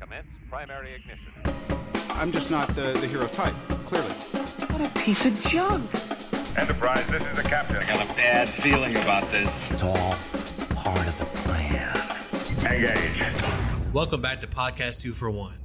Commence primary ignition. I'm just not the, the hero type, clearly. What a piece of junk. Enterprise, this is the captain. I got a bad feeling about this. It's all part of the plan. Engage. Welcome back to Podcast Two for One.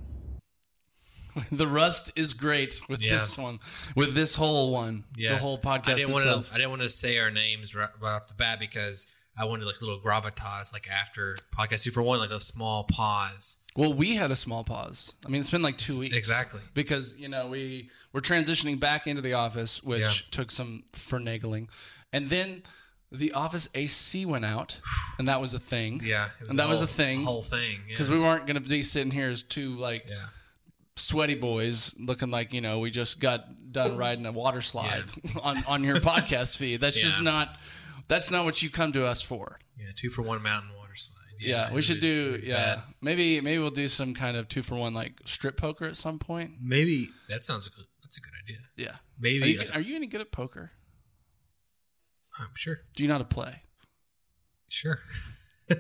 The rust is great with Yeah. this one, with this whole one, Yeah, the whole podcast I didn't want itself. to. I didn't want to say our names right, right off the bat because I wanted like a little gravitas, like after Podcast Two for One, like a small pause. Well, we had a small pause. I mean, it's been like two weeks Exactly. because you know we were transitioning back into the office, which Yeah. took some finagling, and then the office AC went out, and that was a thing. Yeah, it and that a was a whole- thing Whole thing. Yeah. because we weren't going to be sitting here as two like yeah. sweaty boys looking like you know we just got done riding a water slide on on your podcast feed. That's just Yeah. not. That's not what you come to us for. yeah, two for one mountain water slide. Yeah, it we was- should do. Yeah, bad. maybe maybe we'll do some kind of two for one like strip poker at some point. Maybe that sounds a good. That's a good idea. Yeah, Maybe Are you, like- are you any good at poker? I'm sure. Do you know how to play? Sure.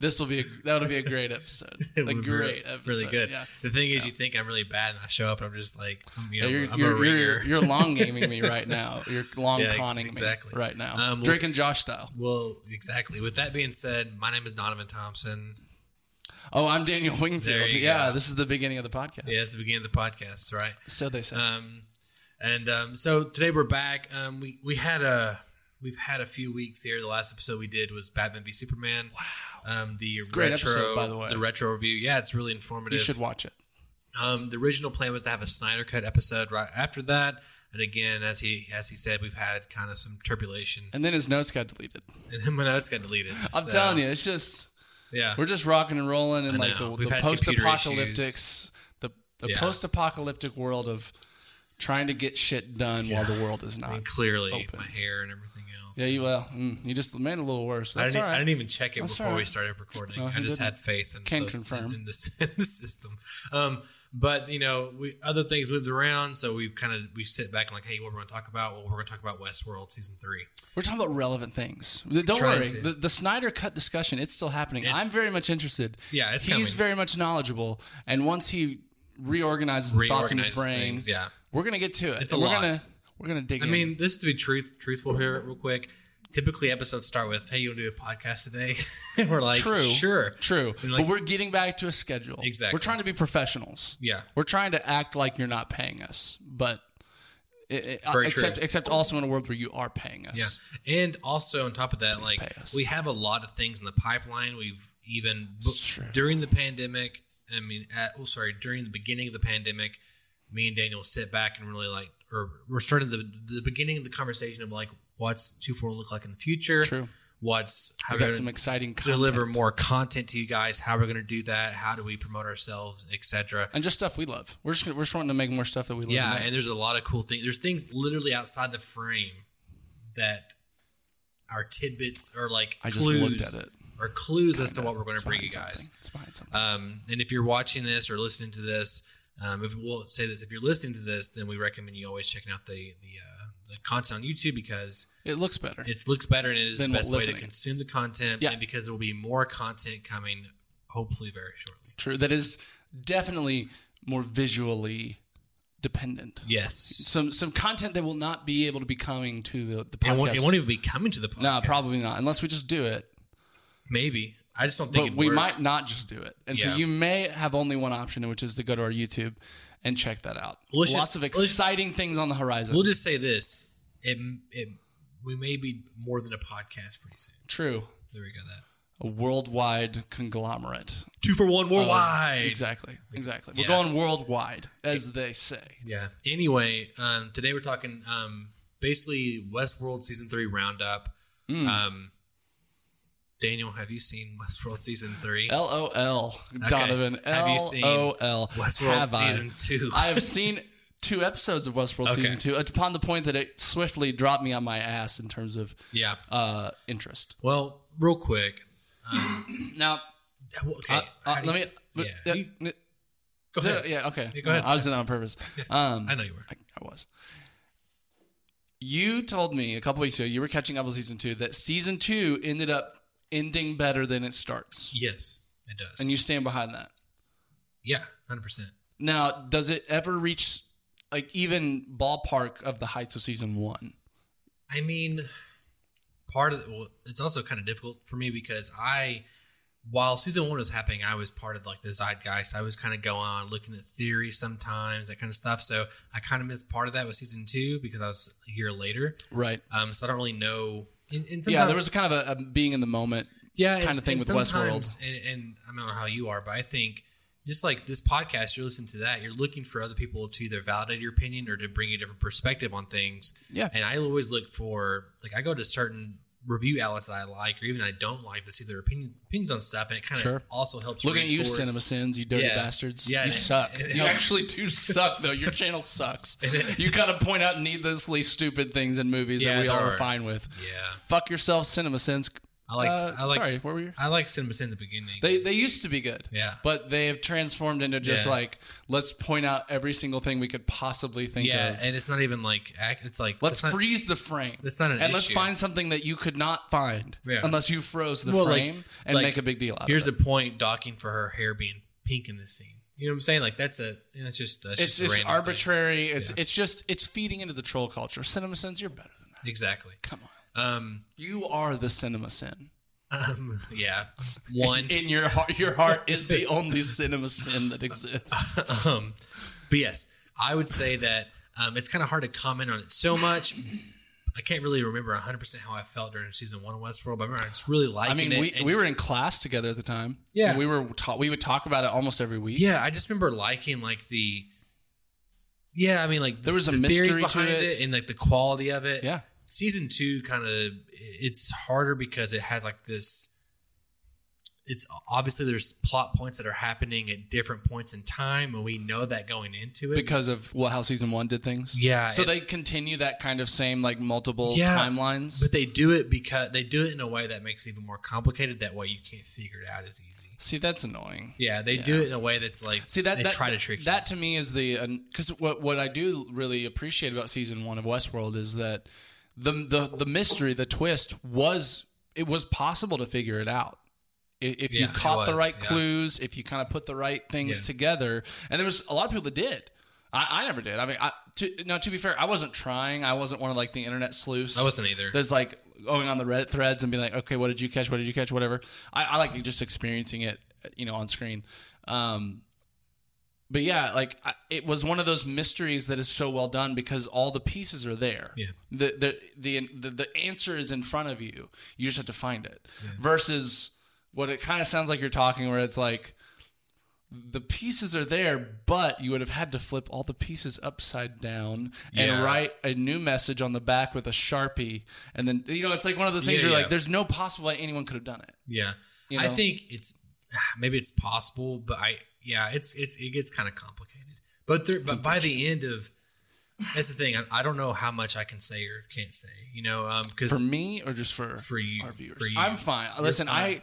This will be a, that'll be a great episode. It a would be great re- episode. Really good. Yeah. The thing is, you think I'm really bad, and I show up, and I'm just like, I'm, you know, Yeah, you're, I'm a you're, ringer. you're, you're long gaming me right now. You're long Yeah, ex- conning exactly. me right now. Um, well- Drake and Josh style. well, exactly. With that being said, my name is Donovan Thompson. Oh, I'm Daniel Wingfield. you Yeah, go. this is the beginning of the podcast. Yeah, it's the beginning of the podcast, right? So they said. Um, and um, so today we're back. Um, we we had a we've had a few weeks here. The last episode we did was Batman v Superman. Wow. Um, the Great retro, episode, by the way. the retro review. Yeah, it's really informative. you should watch it. Um, the original plan was to have a Snyder cut episode right after that. And again, as he as he said, we've had kind of some turbulation, And then his notes got deleted. and then my notes got deleted. I'm So, telling you, it's just. yeah, We're just rocking and rolling in I like know. the, We've the had post computer apocalyptics, the, the Yeah. post apocalyptic world of trying to get shit done while the world is not. clearly open. my hair and everything else. Yeah, you well, mm, you just made it a little worse. but I That's didn't, e- all right. I didn't even check it That's before all we right. started recording. No, I he just didn't. had faith in, Can those- confirm. in, the, in the system. Um, but you know, we, other things moved around, so we've kind of we sit back and like, hey, what we're going to talk about? Well, we're going to talk about Westworld season three. We're talking about relevant things. Don't Trying worry. to. The, the Snyder Cut discussion, it's still happening. I'm very much interested. Yeah, it's He's coming. very much knouledgeable. And once he reorganizes the thoughts in his Reorganizes brain, things, yeah. we're going to get to it. It's a And we're lot. Gonna, we're going to dig I in. mean, this to be truth truthful here, real quick. Typically, episodes start with, "Hey, you want to do a podcast today?" and we're like, True. sure, True. And like- but we're getting back to a schedule. Exactly. We're trying to be professionals. Yeah. We're trying to act like you're not paying us, but it, it- Very except true. except also in a world where you are paying us. Yeah, and also on top of that, like pay us. we have a lot of things in the pipeline. We've even true. during the pandemic. I mean, at, oh, sorry, during the beginning of the pandemic, me and Daniel sit back and really like, or we're starting the the beginning of the conversation of like, what's two four look like in the future? True. What's how we're We've got gonna some exciting content. deliver more content to you guys? How we're going to do that? How do we promote ourselves, etc. and just stuff we love. We're just we're just wanting to make more stuff that we love. Yeah, to make. and there's a lot of cool things. There's things literally outside the frame that are tidbits or like I just clues looked at it. or clues as to what we're going to It's bring you behind guys. something. It's behind something. Um, and if you're watching this or listening to this, um, if we'll say this, if you're listening to this, then we recommend you always checking out the the, uh, the content on YouTube because it looks better. it looks better and it is the Than best way to listening. consume the content. Yeah. and because there will be more content coming, hopefully very shortly. True. That is definitely more visually dependent. Yes, Some some content that will not be able to be coming to the, the it podcast. won't, it won't even be coming to the podcast. no, probably not. Unless we just do it. Maybe I just don't think but it we worked. might not just do it. And Yeah. so you may have only one option, which is to go to our YouTube and check that out. Well, let's Lots just- of let's- exciting things on the horizon. We'll just say this: it, it we may be more than a podcast pretty soon. True. There we go. That A worldwide conglomerate. two for one worldwide. Exactly. Exactly. We're Yeah. going worldwide, as they say. Yeah. Anyway, um, today we're talking um, basically Westworld season three roundup. Hmm. Um, Daniel, have you seen Westworld season three? L O L Donovan. Have you L seen O L Westworld Have I? season two? I have seen two episodes of Westworld Okay. season two. Upon the point that it swiftly dropped me on my ass in terms of yeah. uh, interest. Well, real quick. Now, Okay. uh, uh, how do let you- me. yeah. uh, you- uh, go ahead. Yeah, okay. go ahead. I was doing that on purpose. Um, I know you were. I, I was. You told me a couple weeks ago you were catching up with season two that season two ended up ending better than it starts, Yes, it does. and you stand behind that. Yeah, hundred percent. Now, does it ever reach like even ballpark of the heights of season one? I mean, part of well, it's also kind of difficult for me because I, while season one was happening, I was part of like the zeitgeist. I was kind of going on looking at theory sometimes, that kind of stuff. So I kind of missed part of that with season two because I was a year later. Right. Um, so I don't really know. And, and Yeah, sometimes- there was kind of a, a being in the moment. yeah, kind it's- of and thing with sometimes- Westworld. And, and I don't know how you are, but I think just like this podcast, you're listening to that, you're looking for other people to either validate your opinion or to bring you a different perspective on things. Yeah. And I always look for like I go to certain review outlets that I like or even I don't like to see their opinion, opinions on stuff, and it kind of Sure. also helps. Looking at you, reinforce- Cinema Sins, you dirty Yeah. bastards. Yeah, you and- suck. and- you actually do suck, though. Your channel sucks. you gotta point out needlessly stupid things in movies Yeah, that we all there are are. fine with. Yeah, Fuck yourself, Cinema Sins. I like. Uh, I like. sorry, where were you? I like Cinema Sin in the beginning. They they used to be good. Yeah. But they have transformed into just Yeah. like let's point out every single thing we could possibly think yeah, of. and it's not even like act- it's like let's it's not- freeze the frame. that's not an And let's issue. find something that you could not find Yeah. unless you froze the Well, like- frame and like, make a big deal out Here's of the it. point docking for her hair being pink in this scene. You know what I'm saying? Like that's a that's just that's It's just a it's random thing. arbitrary. It's it's just it's feeding into the troll culture. Cinema sins, you're better than that. Exactly. Come on. Um. You are the cinema sin. Um. Yeah. One. In your heart, your heart is the only cinema sin that exists. um. But yes, I would say that um, it's kind of hard to comment on it so much. I can't really remember 100 percent how I felt during season one of Westworld, but I remember I just really liking I mean, it. we, and we were just- in class together at the time. Yeah. and we were ta- we would talk about it almost every week. Yeah, I just remember liking like the. Yeah, I mean, like There was a theories mystery to behind it. and like the quality of it. Yeah. season two kind of it's harder because it has like this. It's obviously there's plot points that are happening at different points in time, and we know that going into it. because of what how season one did things. Yeah, so it- they continue that kind of same like multiple Yeah, timelines. but they do it because they do it in a way that makes it even more complicated. That way you can't figure it out as easy. See, that's annoying. Yeah, they do it in a way that's like See that they that, try to trick you. that to me is the because what what I do really appreciate about season one of Westworld is that the the the mystery the twist was it was possible to figure it out I- if you Yeah, it caught the was, right yeah. clues if you kind of put the right things Yeah. together and there was a lot of people that did I, I never did I mean I to, now to be fair I wasn't trying I wasn't one of like the internet sleuths I wasn't either. there's like going on the Reddit threads and being like, okay, what did you catch? What did you catch? Whatever. I, I like just experiencing it, you know, on screen. Um, but yeah, like I, it was one of those mysteries that is so well done because all the pieces are there. Yeah. The the the the, the answer is in front of you. You just have to find it. Versus what it kind of sounds like you're talking, where it's like. The pieces are there, but you would have had to flip all the pieces upside down and Yeah. write a new message on the back with a sharpie, and then you know it's like one of those things Yeah, where yeah. like there's no possible way anyone could have done it. Yeah, You I know? think it's ah, maybe it's possible, but I yeah, it's it, it gets kind of complicated. But there, but by the end of that's the thing. I, I don't know how much I can say or can't say. You know, um, because For me or just for For you. our viewers? For you. I'm fine. You're Listen, fine. I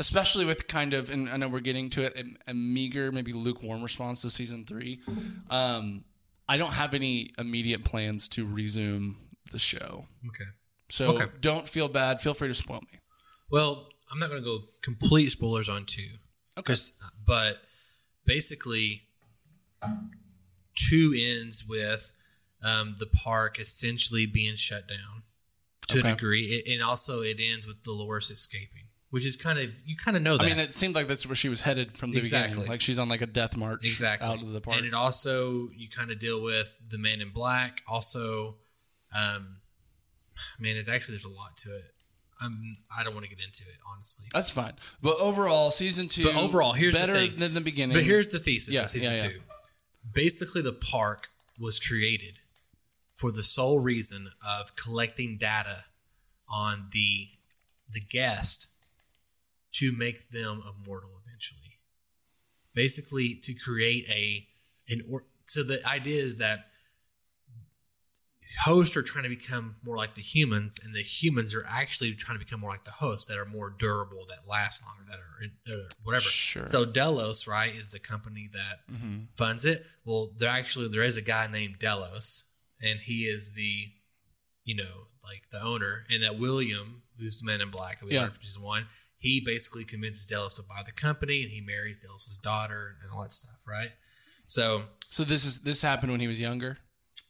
especially with kind of and I know we're getting to it a, a meager, maybe lukewarm response to season three. Um, I don't have any immediate plans to resume the show, okay. so Okay. don't feel bad. Feel free to spoil me. Well, I'm not going to go complete spoilers on two. Okay. 'Cause- uh, But basically, two ends with um, the park essentially being shut down to Okay. a degree, it, and also it ends with Dolores escaping, which is kind of you kind of know that. I mean, it seemed like that's where she was headed from the Exactly. beginning. Like she's on like a death march exactly out of the park. And it also you kind of deal with the Man in Black. Also, um, man, it actually there's a lot to it. I'm I don't want to get into it honestly. That's fine. But overall, season two. But overall, here's the better thing. than the beginning. But here's the thesis Yeah, of season yeah, yeah. two. Basically, the park was created for the sole reason of collecting data on the the guest to make them immortal eventually. Basically, to create a an or so the idea is that hosts are trying to become more like the humans, and the humans are actually trying to become more like the hosts that are more durable, that last longer, that are uh, whatever. Sure. So Delos, right, is the company that funds it. Well, there actually there is a guy named Delos, and he is the, you know, like the owner, and that William, who's the Man in Black, that we Yeah. learned from season one, he basically convinces Delos to buy the company, and he marries Delos's daughter and all that stuff, right? So So this is this happened when he was younger.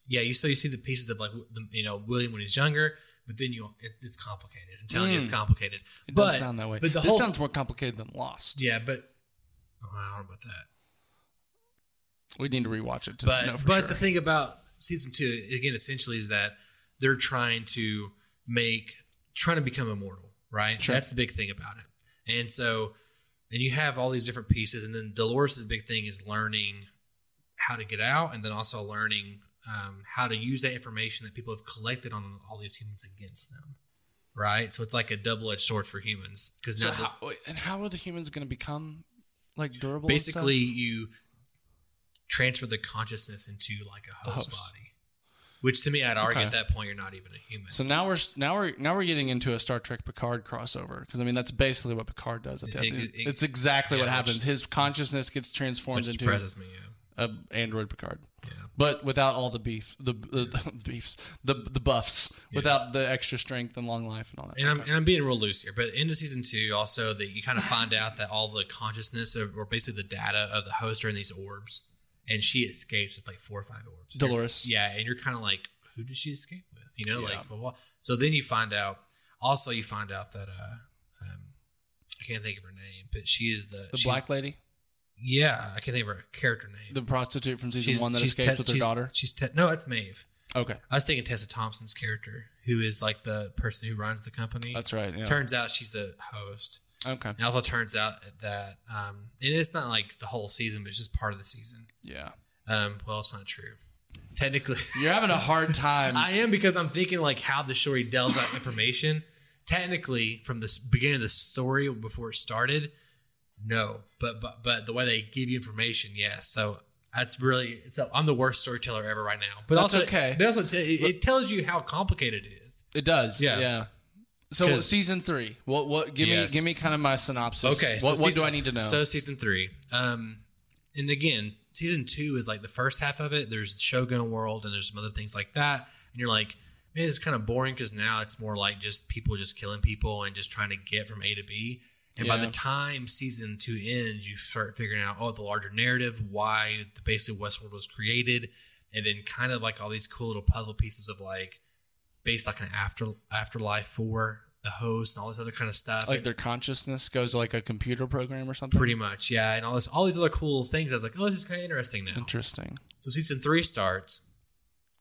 yeah, you so you see the pieces of like the, you know William when he's younger, but then you it, it's complicated. I'm telling you, it's complicated. Hmm. It but, does sound that way. But the this whole sounds more complicated than Lost. yeah, but oh, I don't know about that. We need to rewatch it to but know for but sure. the thing about season two again essentially is that they're trying to make trying to become immortal right Sure. that's the big thing about it and so and you have all these different pieces and then dolores' big thing is learning how to get out and then also learning um, how to use that information that people have collected on all these humans against them right so it's like a double-edged sword for humans because So now the- how, wait, and how are the humans going to become like durable? and stuff? basically you transfer the consciousness into like a host, host. body which to me i'd argue Okay. at that point you're not even a human So now we're now we're now we're getting into a Star Trek Picard crossover because I mean that's basically what Picard does. At the It- end. it- it- it's exactly yeah, what which- happens. His consciousness gets transformed which into surprises me yeah. a android Picard, but without all the beef, the, the, the beefs, the the buffs, without the extra strength and long life and all that. and I'm, and I'm being real loose here, but end of season two, also that you kind of find out that all the consciousness of, or basically the data of the host are in these orbs, and she escapes with like four or five orbs. Dolores. yeah, and you're kind of like, who did she escape with? You know, like, blah, blah. so then you find out. Also, you find out that uh, um, I can't think of her name, but she is the the she's- black lady, Yeah, I can't think of her character name. the prostitute from season one that escapes Tess- with her she's- daughter. She's te- no, that's Maeve. Okay, I was thinking Tessa Thompson's character, who is like the person who runs the company. that's right. Yeah. Turns out she's the host. okay. And also turns out that, um, and it's not like the whole season, but it's just part of the season. Yeah. Um, well, it's not true. Technically, You're having a hard time. I am because I'm thinking like how the story delves out information. Technically, from the s- beginning of the story before it started, no, but but but the way they give you information, yes. So that's really it's a, I'm the worst storyteller ever right now. But That's also, okay. But also, it, it tells you how complicated it is. It does. Yeah. Yeah. So 'Cause- season three. What? What? Give Yes. me. Give me kind of my synopsis. Okay. What? so what season- do I need to know? So season three. Um, and again, season two is like the first half of it. There's Shogun World and there's some other things like that. And you're like, man, it's kind of boring because now it's more like just people just killing people and just trying to get from A to B. And by Yeah. the time season two ends, you start figuring out oh the larger narrative, why the basically Westworld was created, and then kind of like all these cool little puzzle pieces of like based like an after afterlife for the host and all this other kind of stuff. like And- their consciousness goes to like a computer program or something. pretty much yeah and all this all these other cool things i was like oh this is kind of interesting now interesting. so season three starts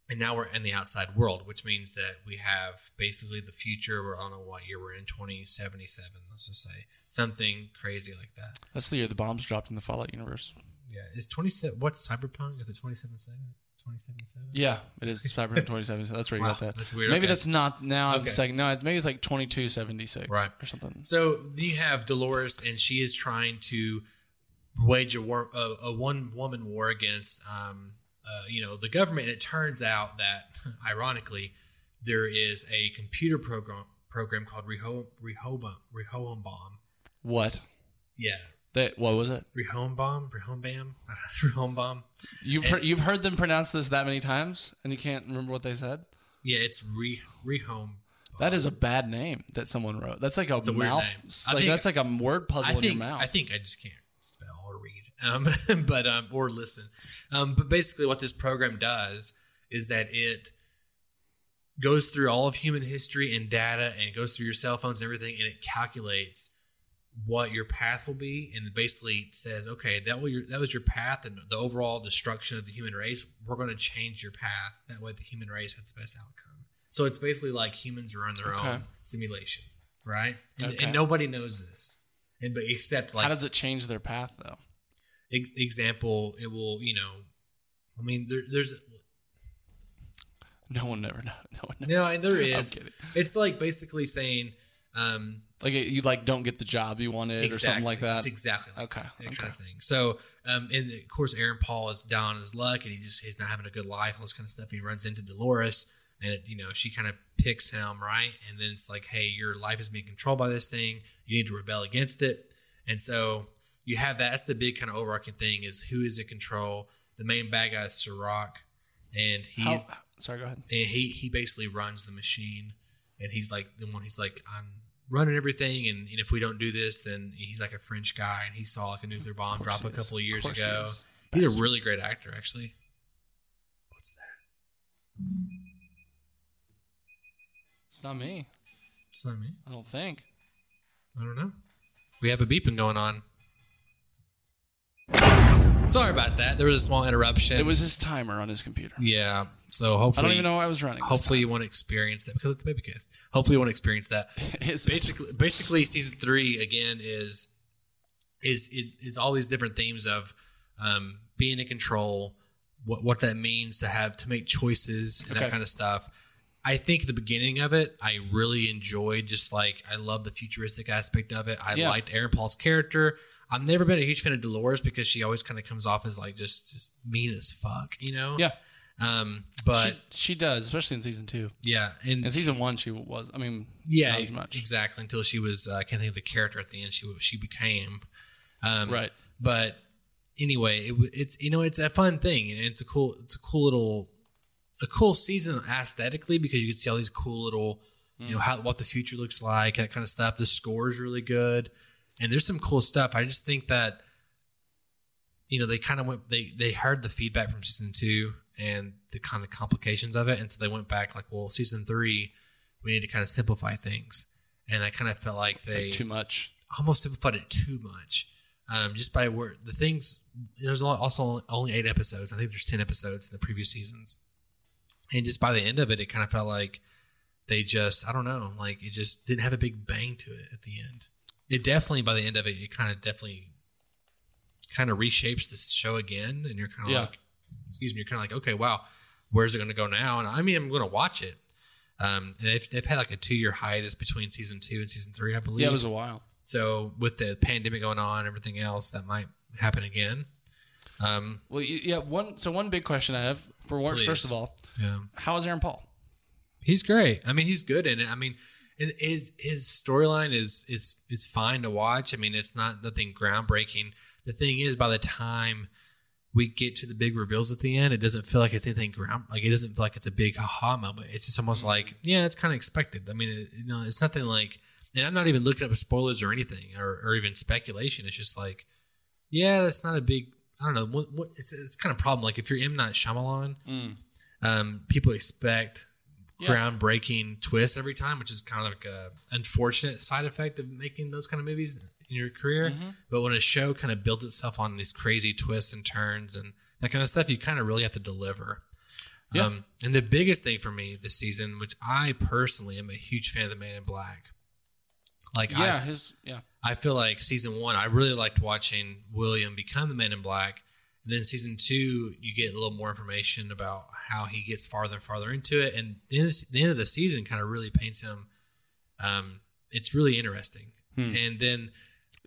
and now we're in the outside world which means that we have basically the future we're, i don't know what year we're in 2077 let's just say something crazy like that That's the year the bombs dropped in the Fallout universe. yeah is 27 what's cyberpunk is it 2077 2077 Yeah, it is Cyberpunk 2077. That's where you Wow, got that. that's weird, Maybe okay. that's not. Now I'm Okay. saying no. Maybe it's like 2276 Right. or something. So you have Dolores, and she is trying to wage a war, a, a one woman war against, um, uh, you know, the government. And it turns out that, ironically, there is a computer program program called Reho- Rehoboam Rehoboam Bomb. What? Yeah, That? What was it? Rehoboam Bomb, Rehoboam Bam, Rehoboam Bomb. You've heard, you've heard them pronounce this that many times, and you can't remember what they said. Yeah, it's Re Rehome. That is a bad name that someone wrote. That's like a a weird mouth. name. I Like think- that's like a word I puzzle in think your mouth. I think I just can't spell or read, um, but um, or listen. Um, but basically, what this program does is that it goes through all of human history and data, and it goes through your cell phones and everything, and it calculates what your path will be, and basically says, okay, that will your, that was your path, and the overall destruction of the human race. We're going to change your path. That way, the human race has the best outcome. So it's basically like humans are on their Okay. own simulation, right? And, Okay. and nobody knows this and but except like How does it change their path though? e- example it will you know i mean there, there's No one never know. No one knows. no and there I'm is kidding. it's like basically saying um Like you like don't get the job you wanted or something like that. It's exactly like Okay, that, okay. kind of thing. So, um, and of course, Aaron Paul is down on his luck, and he just he's not having a good life, all this kind of stuff. He runs into Dolores, and it, you know she kind of picks him right, and then it's like, hey, your life is being controlled by this thing. You need to rebel against it, and so you have that. That's the big kind of overarching thing is who is in control. The main bad guy is Sirach, and he's How- sorry, go ahead. and he he basically runs the machine, and he's like the one. He's like, I'm running everything, and, and if we don't do this, then he's like a French guy, and he saw like a nuclear bomb course drop a he is. couple of years Of course he ago. is. he's a really great actor, actually. It's not me. It's not me. I don't think. I don't know. We have a beeping going on. Sorry about that. There was a small interruption. It was his timer on his computer. yeah. So I hopefully, don't even know why I was running. this hopefully you want to experience that because it's a baby cast. Hopefully you want to experience that. time. It's- basically basically season three again is is is is all these different themes of um, being in control, what what that means to have to make choices and Okay. that kind of stuff. I think the beginning of it, I really enjoyed. Just like I love the futuristic aspect of it. I Yeah. liked Aaron Paul's character. I've never been a huge fan of Dolores because she always kind of comes off as like just just mean as fuck, you know. yeah, Um. But she, she does, especially in season two. yeah, and In season one, she was. I mean, yeah, not as much. exactly. Until she was, uh, I can't think of the character at the end. She she became, um, Right. But anyway, it, w- it's you know it's a fun thing and it's a cool it's a cool little a cool season aesthetically because you can see all these cool little you know how what the future looks like that kind of stuff. The score is really good, and there's some cool stuff. I just think that you know they kind of went they they heard the feedback from season two and the kind of complications of it, and so they went back like, well, season three we need to kind of simplify things. And I kind of felt like they Like, too much. almost simplified it too much. Um, just by where the things, there's al- also only eight episodes. I think there's 10 episodes in the previous seasons. And just by the end of it, it kind of felt like they just, I don't know, like it just didn't have a big bang to it at the end. It definitely, by the end of it, it kind of definitely kind of reshapes this show again. And you're kind of Yeah. like, excuse me, you're kind of like, okay, wow, where's it going to go now? And I mean, I'm going to watch it. Um, and they've, they've had like a two year hiatus between season two and season three, I believe. Yeah, it was a while. So with the pandemic going on, and everything else that might happen again. Um, Well, y- yeah. One. So one big question I have for one, Please. first of all, yeah, how is Aaron Paul? he's great. I mean, he's good in it. I mean, and his his storyline is is is fine to watch. I mean, it's not nothing groundbreaking. The thing is, by the time we get to the big reveals at the end, it doesn't feel like it's anything ground. Like it doesn't feel like it's a big aha moment. It's just almost like yeah, it's kind of expected. I mean, it, you know, it's nothing like. And I'm not even looking up spoilers or anything, or, or even speculation. It's just like yeah, that's not a big. I don't know. What, what, it's it's kind of problem. Like if you're M Night Shyamalan, um, people expect Mm. Yeah. groundbreaking twists every time, which is kind of like a unfortunate side effect of making those kind of movies in your career. Mm-hmm. But when a show kind of builds itself on these crazy twists and turns and that kind of stuff, you kind of really have to deliver. Yeah. Um, and the biggest thing for me this season, which I personally am a huge fan of, The Man in Black. Like I Yeah, his yeah. I feel like season one, I really liked watching William become the man in black. And then season two, you get a little more information about how he gets farther and farther into it. And the end of, the, end of the season kind of really paints him. Um, it's really interesting. And then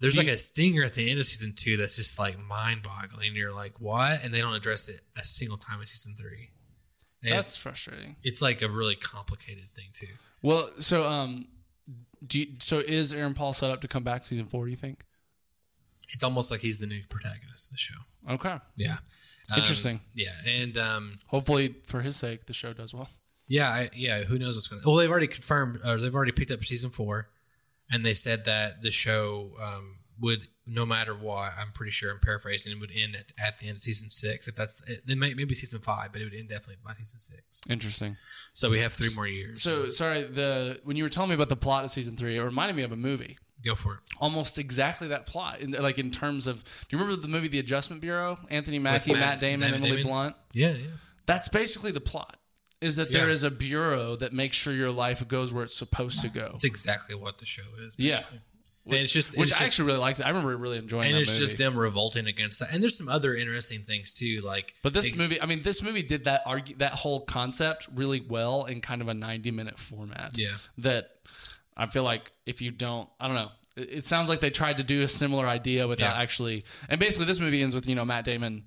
there's like a stinger at the end of season two that's just like mind boggling. You're like, what? And they don't address it a single time in season three. And That's it's, frustrating. it's like a really complicated thing, too. Well, so um, do you, so is Aaron Paul set up to come back season four? Do you think? It's almost like he's the new protagonist of the show. Okay. Yeah. Interesting. Yeah, and um, Hopefully, for his sake, the show does well. yeah, I, yeah. Who knows what's going? to Well, they've already confirmed, or they've already picked up season four, and they said that the show um, would, no matter what, I'm pretty sure I'm paraphrasing, it would end at, at the end of season six. If that's, then may, maybe season five, but it would end definitely by season six. Interesting. So we have three more years. So sorry, the when you were telling me about the plot of season three, it reminded me of a movie. go for it. Almost exactly that plot, in, like in terms of. Do you remember the movie The Adjustment Bureau? Anthony Mackie, Matt- Matt, Damon, Matt Emily Damon? Blunt. Yeah, yeah. That's basically the plot. Is that there Yeah. is a bureau that makes sure your life goes where it's supposed to go? It's exactly what the show is. Yeah. basically. and it's just Which it's I just- actually really liked. I remember really enjoying. and that it's movie. just them revolting against that. And there's some other interesting things too, like But this ex- movie, I mean, this movie did that argue that whole concept really well in kind of a ninety minute format. Yeah. That I feel like if you don't, I don't know. It it sounds like they tried to do a similar idea without Yeah. actually. And basically, this movie ends with you know Matt Damon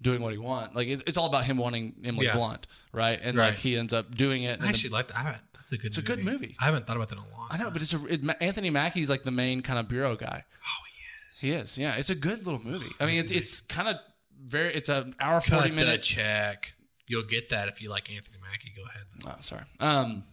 doing what he wants. Like it's, it's all about him wanting Emily Yeah. Blunt, right? And Right. like he ends up doing it. and I the- actually like that. I- That's a good. It's a good movie. I haven't thought about that in a long. I know, but it's a, it, Ma- Anthony Mackie's like the main kind of bureau guy. Oh, he is. He is. Yeah, it's a good little movie. I mean, it's it's kind of very. It's an hour forty Cut minute the check. You'll get that if you like Anthony Mackie. Go ahead. Oh, sorry. Um,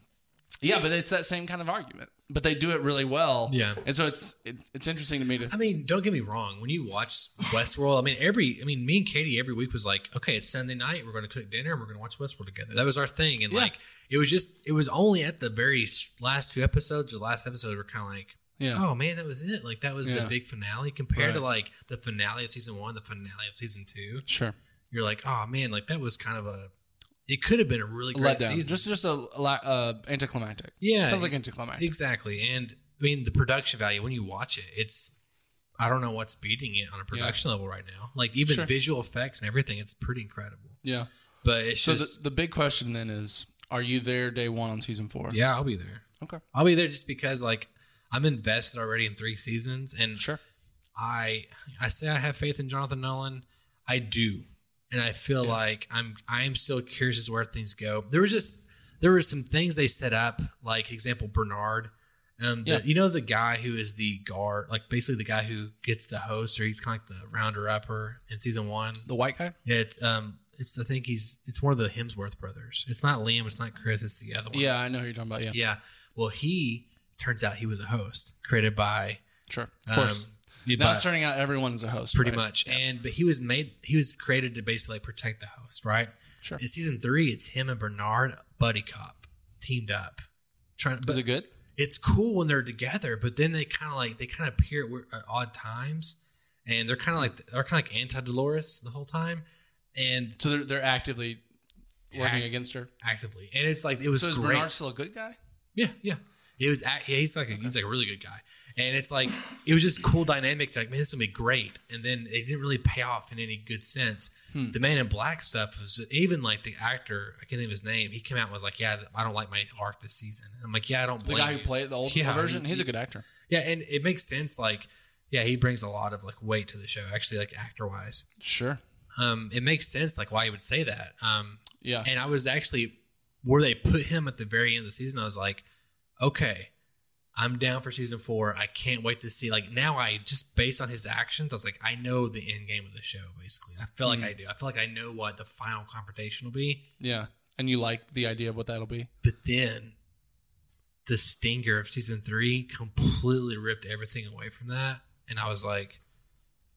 yeah, but it's that same kind of argument. but they do it really well. Yeah. and so it's it, it's interesting to me to I mean, don't get me wrong. When you watch Westworld, I mean, every, I mean, me and Katie every week was like, okay, it's Sunday night. We're going to cook dinner and we're going to watch Westworld together. That was our thing. And Yeah. like, it was just, it was only at the very s- last two episodes or last episode, we're kind of like, yeah oh man, that was it. Like, that was the Yeah. big finale compared to Right. like the finale of season one, the finale of season two. sure You're like, oh man, like that was kind of a, it could have been a really great let down season. just just a, a la- uh, anticlimactic. Yeah. sounds like anticlimactic. Exactly. And I mean, the production value, when you watch it, it's, I don't know what's beating it on a production level right now. Like, even Sure. visual effects and everything, it's pretty incredible. yeah. But it's So just, the, the big question then is, are you there day one on season four? yeah, I'll be there. Okay. I'll be there just because, like, I'm invested already in three seasons. And Sure. I, I say I have faith in Jonathan Nolan. I do. And I feel like I'm, I am still curious as to where things go. There was just, there were some things they set up, like, example, Bernard. Um, the- Yeah. You know the guy who is the guard, like basically the guy who gets the host, or he's kind of like the rounder upper in season one. The white guy. Yeah, it's um, it's I think he's it's one of the Hemsworth brothers. It's not Liam, it's not Chris, it's the other one. Yeah, I know who you're talking about. Yeah, yeah. Well, he turns out he was a host created by sure. Of um, course. yeah, now by- it's turning out everyone is a host. pretty right? much, and but he was made he was created to basically protect the host, right? Sure. In season three, it's him and Bernard buddy cop teamed up, trying. Is it good? it's cool when they're together, but then they kind of like they kind of appear at, weir- at odd times, and they're kind of like they're kind of like anti Dolores the whole time, and So they're they're actively working Act- against her. actively, and it's like it was So is great. Bernard still a good guy? yeah, yeah, it was. Act- yeah, he's like a, he's like a really good guy, and it's like it was just cool dynamic. Like man, this is gonna be great, and then it didn't really pay off in any good sense. Hmm. The Man in Black stuff was even like the actor I can't think of his name. He came out and was like, yeah, I don't like my arc this season. And I'm like, yeah, I don't. The blame guy you." who played the old Yeah, version. He's, he's- a good actor. Yeah, and it makes sense. Like, yeah, he brings a lot of like weight to the show, actually, like actor wise. Sure. Um, it makes sense like why he would say that. Um, Yeah. and I was actually where they put him at the very end of the season. I was like, okay, I'm down for season four. I can't wait to see. Like now, I just based on his actions, I was like, I know the end game of the show. Basically, I feel like I do. I feel like I know what the final confrontation will be. yeah. And you like the idea of what that'll be? But then the stinger of season three completely ripped everything away from that. And I was like,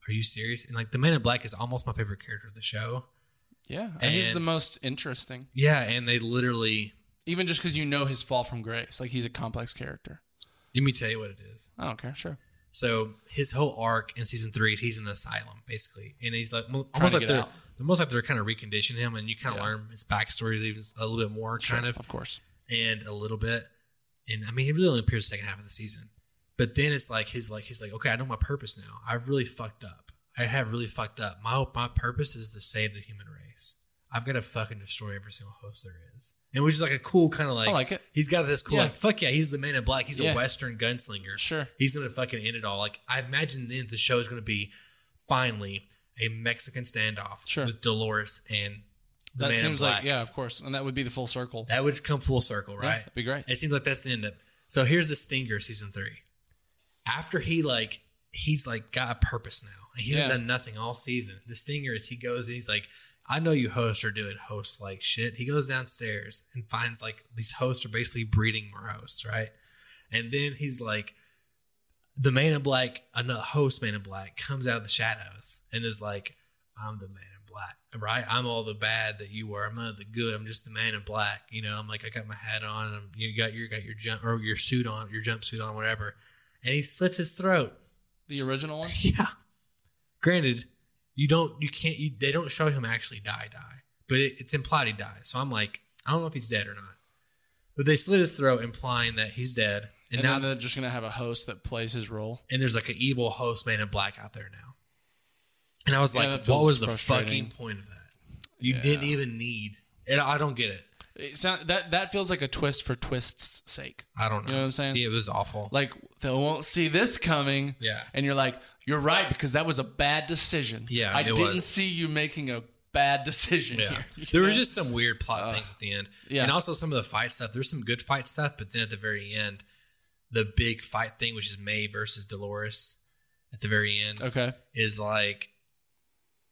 are you serious? And like the man in black is almost my favorite character of the show. Yeah. And, he's And- the most interesting, Yeah. And they literally, even just because you know his fall from grace. Like he's a complex character. let me tell you what it is. I don't care. Sure. So his whole arc in season three, he's in an asylum basically, and he's like mo- Trying almost to like get they're out. almost like they're kind of reconditioning him, and you kind of Yeah. learn his backstory even a little bit more, kind Sure. of, Of course. and a little bit. And I mean, he really only appears second half of the season. But then it's like his like he's like, okay, I know my purpose now. I've really fucked up. I have really fucked up. My my purpose is to save the human race. I've got to fucking destroy every single host there is, and which is like a cool kind of like, like it. He's got this cool Yeah. like fuck yeah, he's the man in black. He's Yeah. a western gunslinger. Sure. he's gonna fucking end it all. Like I imagine then the show is gonna be finally a Mexican standoff Sure. with Dolores and the That man seems in black. like, yeah, of course. And that would be the full circle. That would come full circle, Yeah, right? be great. It seems like that's the end of. So here's the stinger, season three. After he like he's like got a purpose now, and he's Yeah. done nothing all season. The stinger is he goes and he's like, I know you hosts are doing host like shit. He goes downstairs and finds like these hosts are basically breeding more hosts, right? And then he's like, the man in black, another host man in black, comes out of the shadows and is like, I'm the man in black, right? I'm all the bad that you were. I'm not the good. I'm just the man in black. You know, I'm like, I got my hat on. and I'm, you got your got your jump or your suit on, your jumpsuit on, whatever. And he slits his throat. The original one? Yeah. Granted, you don't, you can't, you, they don't show him actually die, die, but it, it's implied he dies. So I'm like, I don't know if he's dead or not. But they slit his throat, implying that he's dead. And, And, now now, they're just going to have a host that plays his role. and there's like an evil host man in black out there now. And I was Yeah, that like, what feels was the frustrating. fucking point of that? You didn't even need. And I don't get it. It sound, that that feels like a twist for twist's sake. I don't know. You know what I'm saying? Yeah, it was awful. Like they won't see this coming. Yeah. And you're like, you're right because that was a bad decision. Yeah, I it didn't was. see you making a bad decision yeah. here. You There know? Uh, was just some weird plot things at the end. yeah. And also some of the fight stuff. There's some good fight stuff, but then at the very end, the big fight thing, which is May versus Dolores at the very end, okay. is like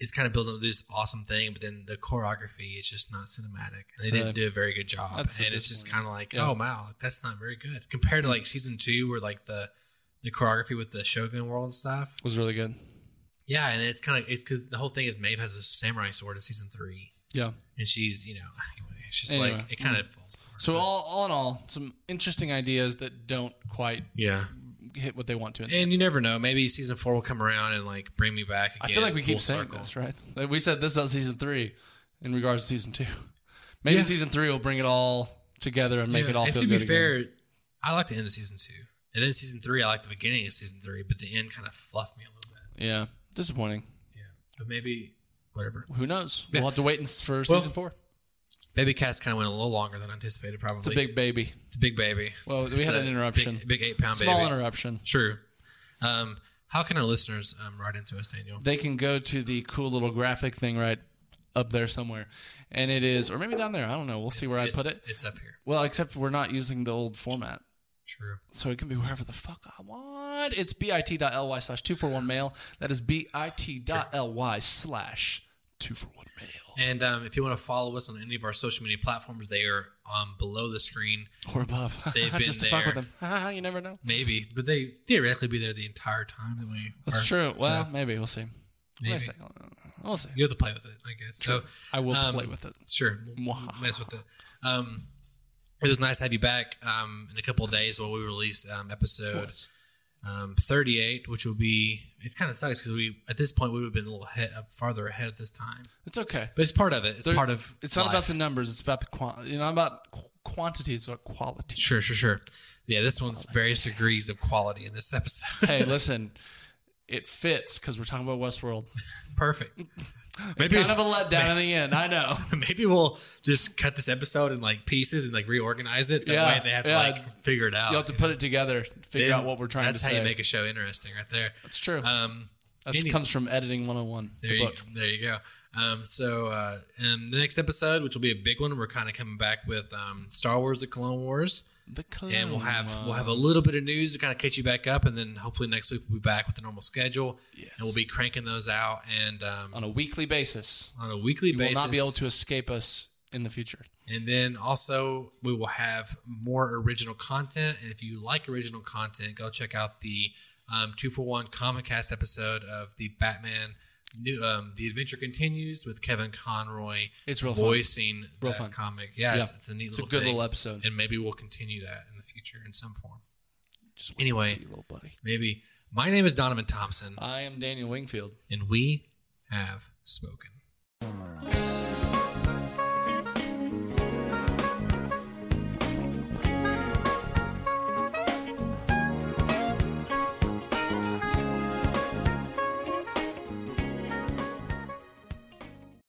it's kind of building up this awesome thing, but then the choreography is just not cinematic, and they didn't Right. do a very good job. That's the and it's just kind disappointment. of like, Yeah. Mm. oh wow, that's not very good compared to like season two, where like the the choreography with the Shogun world and stuff. was really good. Yeah, and it's kind of it's because the whole thing is Maeve has a samurai sword in season three, Yeah. and she's you know anyway, it's just Anyway, like it kind of falls apart. So all, all in all, some interesting ideas that don't quite yeah, hit what they want to. and you never know, maybe season four will come around and like bring me back. Again, I feel like we keep full saying circle. this, right? Like we said this about season three in regards to season two. Maybe Yeah. season three will bring it all together and make Yeah, it all and feel to be good fair, again. I like the end of season two, and then season three. I like the beginning of season three, but the end kind of fluffed me a little bit. Yeah. Disappointing. Yeah, but maybe whatever. Who knows? Yeah. We'll have to wait and s- for Well, season four. Baby cast kind of went a little longer than I anticipated. Probably It's a big baby. It's a big baby. Well, we It's had a an interruption. Big, big eight pound Small baby. interruption. True. Um, how can our listeners um, write into us, Daniel? They can go to the cool little graphic thing right up there somewhere. And it is, or maybe down there. I don't know. We'll see where I put it. It's up here. Well, except we're not using the old format. True. So it can be wherever the fuck I want. It's bit.ly slash 241 mail. That is bit.ly slash 241 mail. And um, if you want to follow us on any of our social media platforms, they are um, below the screen. Or above. They've been Just to fuck with there. them. Ah, you never know. Maybe, but they theoretically be there the entire time that we. That's are- true. so Well, maybe. We'll see. Wait a Maybe. second. We'll see. you have to play with it, I guess. So I will um, play with it. Sure, we'll Mwah. mess with it. Um, it was nice to have you back um, in a couple of days while we release um, episode um, 38, which will be. It kind of sucks because we at this point we would have been a little ahead, uh, farther ahead at this time, It's okay. but it's part of it. It's There- part of. It's not about life. the numbers. It's about the quantity. Not about qu- quantity. It's about quality. Sure, sure, sure. Yeah, this one's various degrees of quality in this episode. Oh hey, listen. It fits because we're talking about Westworld. Perfect. Maybe Kind of a letdown in the end. I know. maybe we'll just cut this episode in like pieces and like reorganize it. That Yeah, way they have yeah. to like figure it out. You'll have to put it together, figure Then out what we're trying Oh, that's to say. how you make a show interesting, right there. It's true. Um, That any- comes from editing 101, there the you, book. There you go. Um, so uh, and the next episode, which will be a big one, we're kind of coming back with um, Star Wars: The Clone Wars, The Clone and we'll have we'll have a Wars. little bit of news to kind of catch you back up, and then hopefully next week we'll be back with the normal schedule, Yes. and we'll be cranking those out and um, on a weekly basis. on a weekly You basis. will not be able to escape us in the future. And then also, we will have more original content. And if you like original content, go check out the um, 241 Comic Cast episode of the Batman. New, um, the adventure continues with Kevin Conroy. It's real fun. voicing Real that fun. comic. Yeah, It's, it's a neat little good thing. little episode. and maybe we'll continue that in the future in some form. Just wait and Anyway, see, little buddy. maybe. My name is Donovan Thompson, I am Daniel Wingfield. and we have spoken.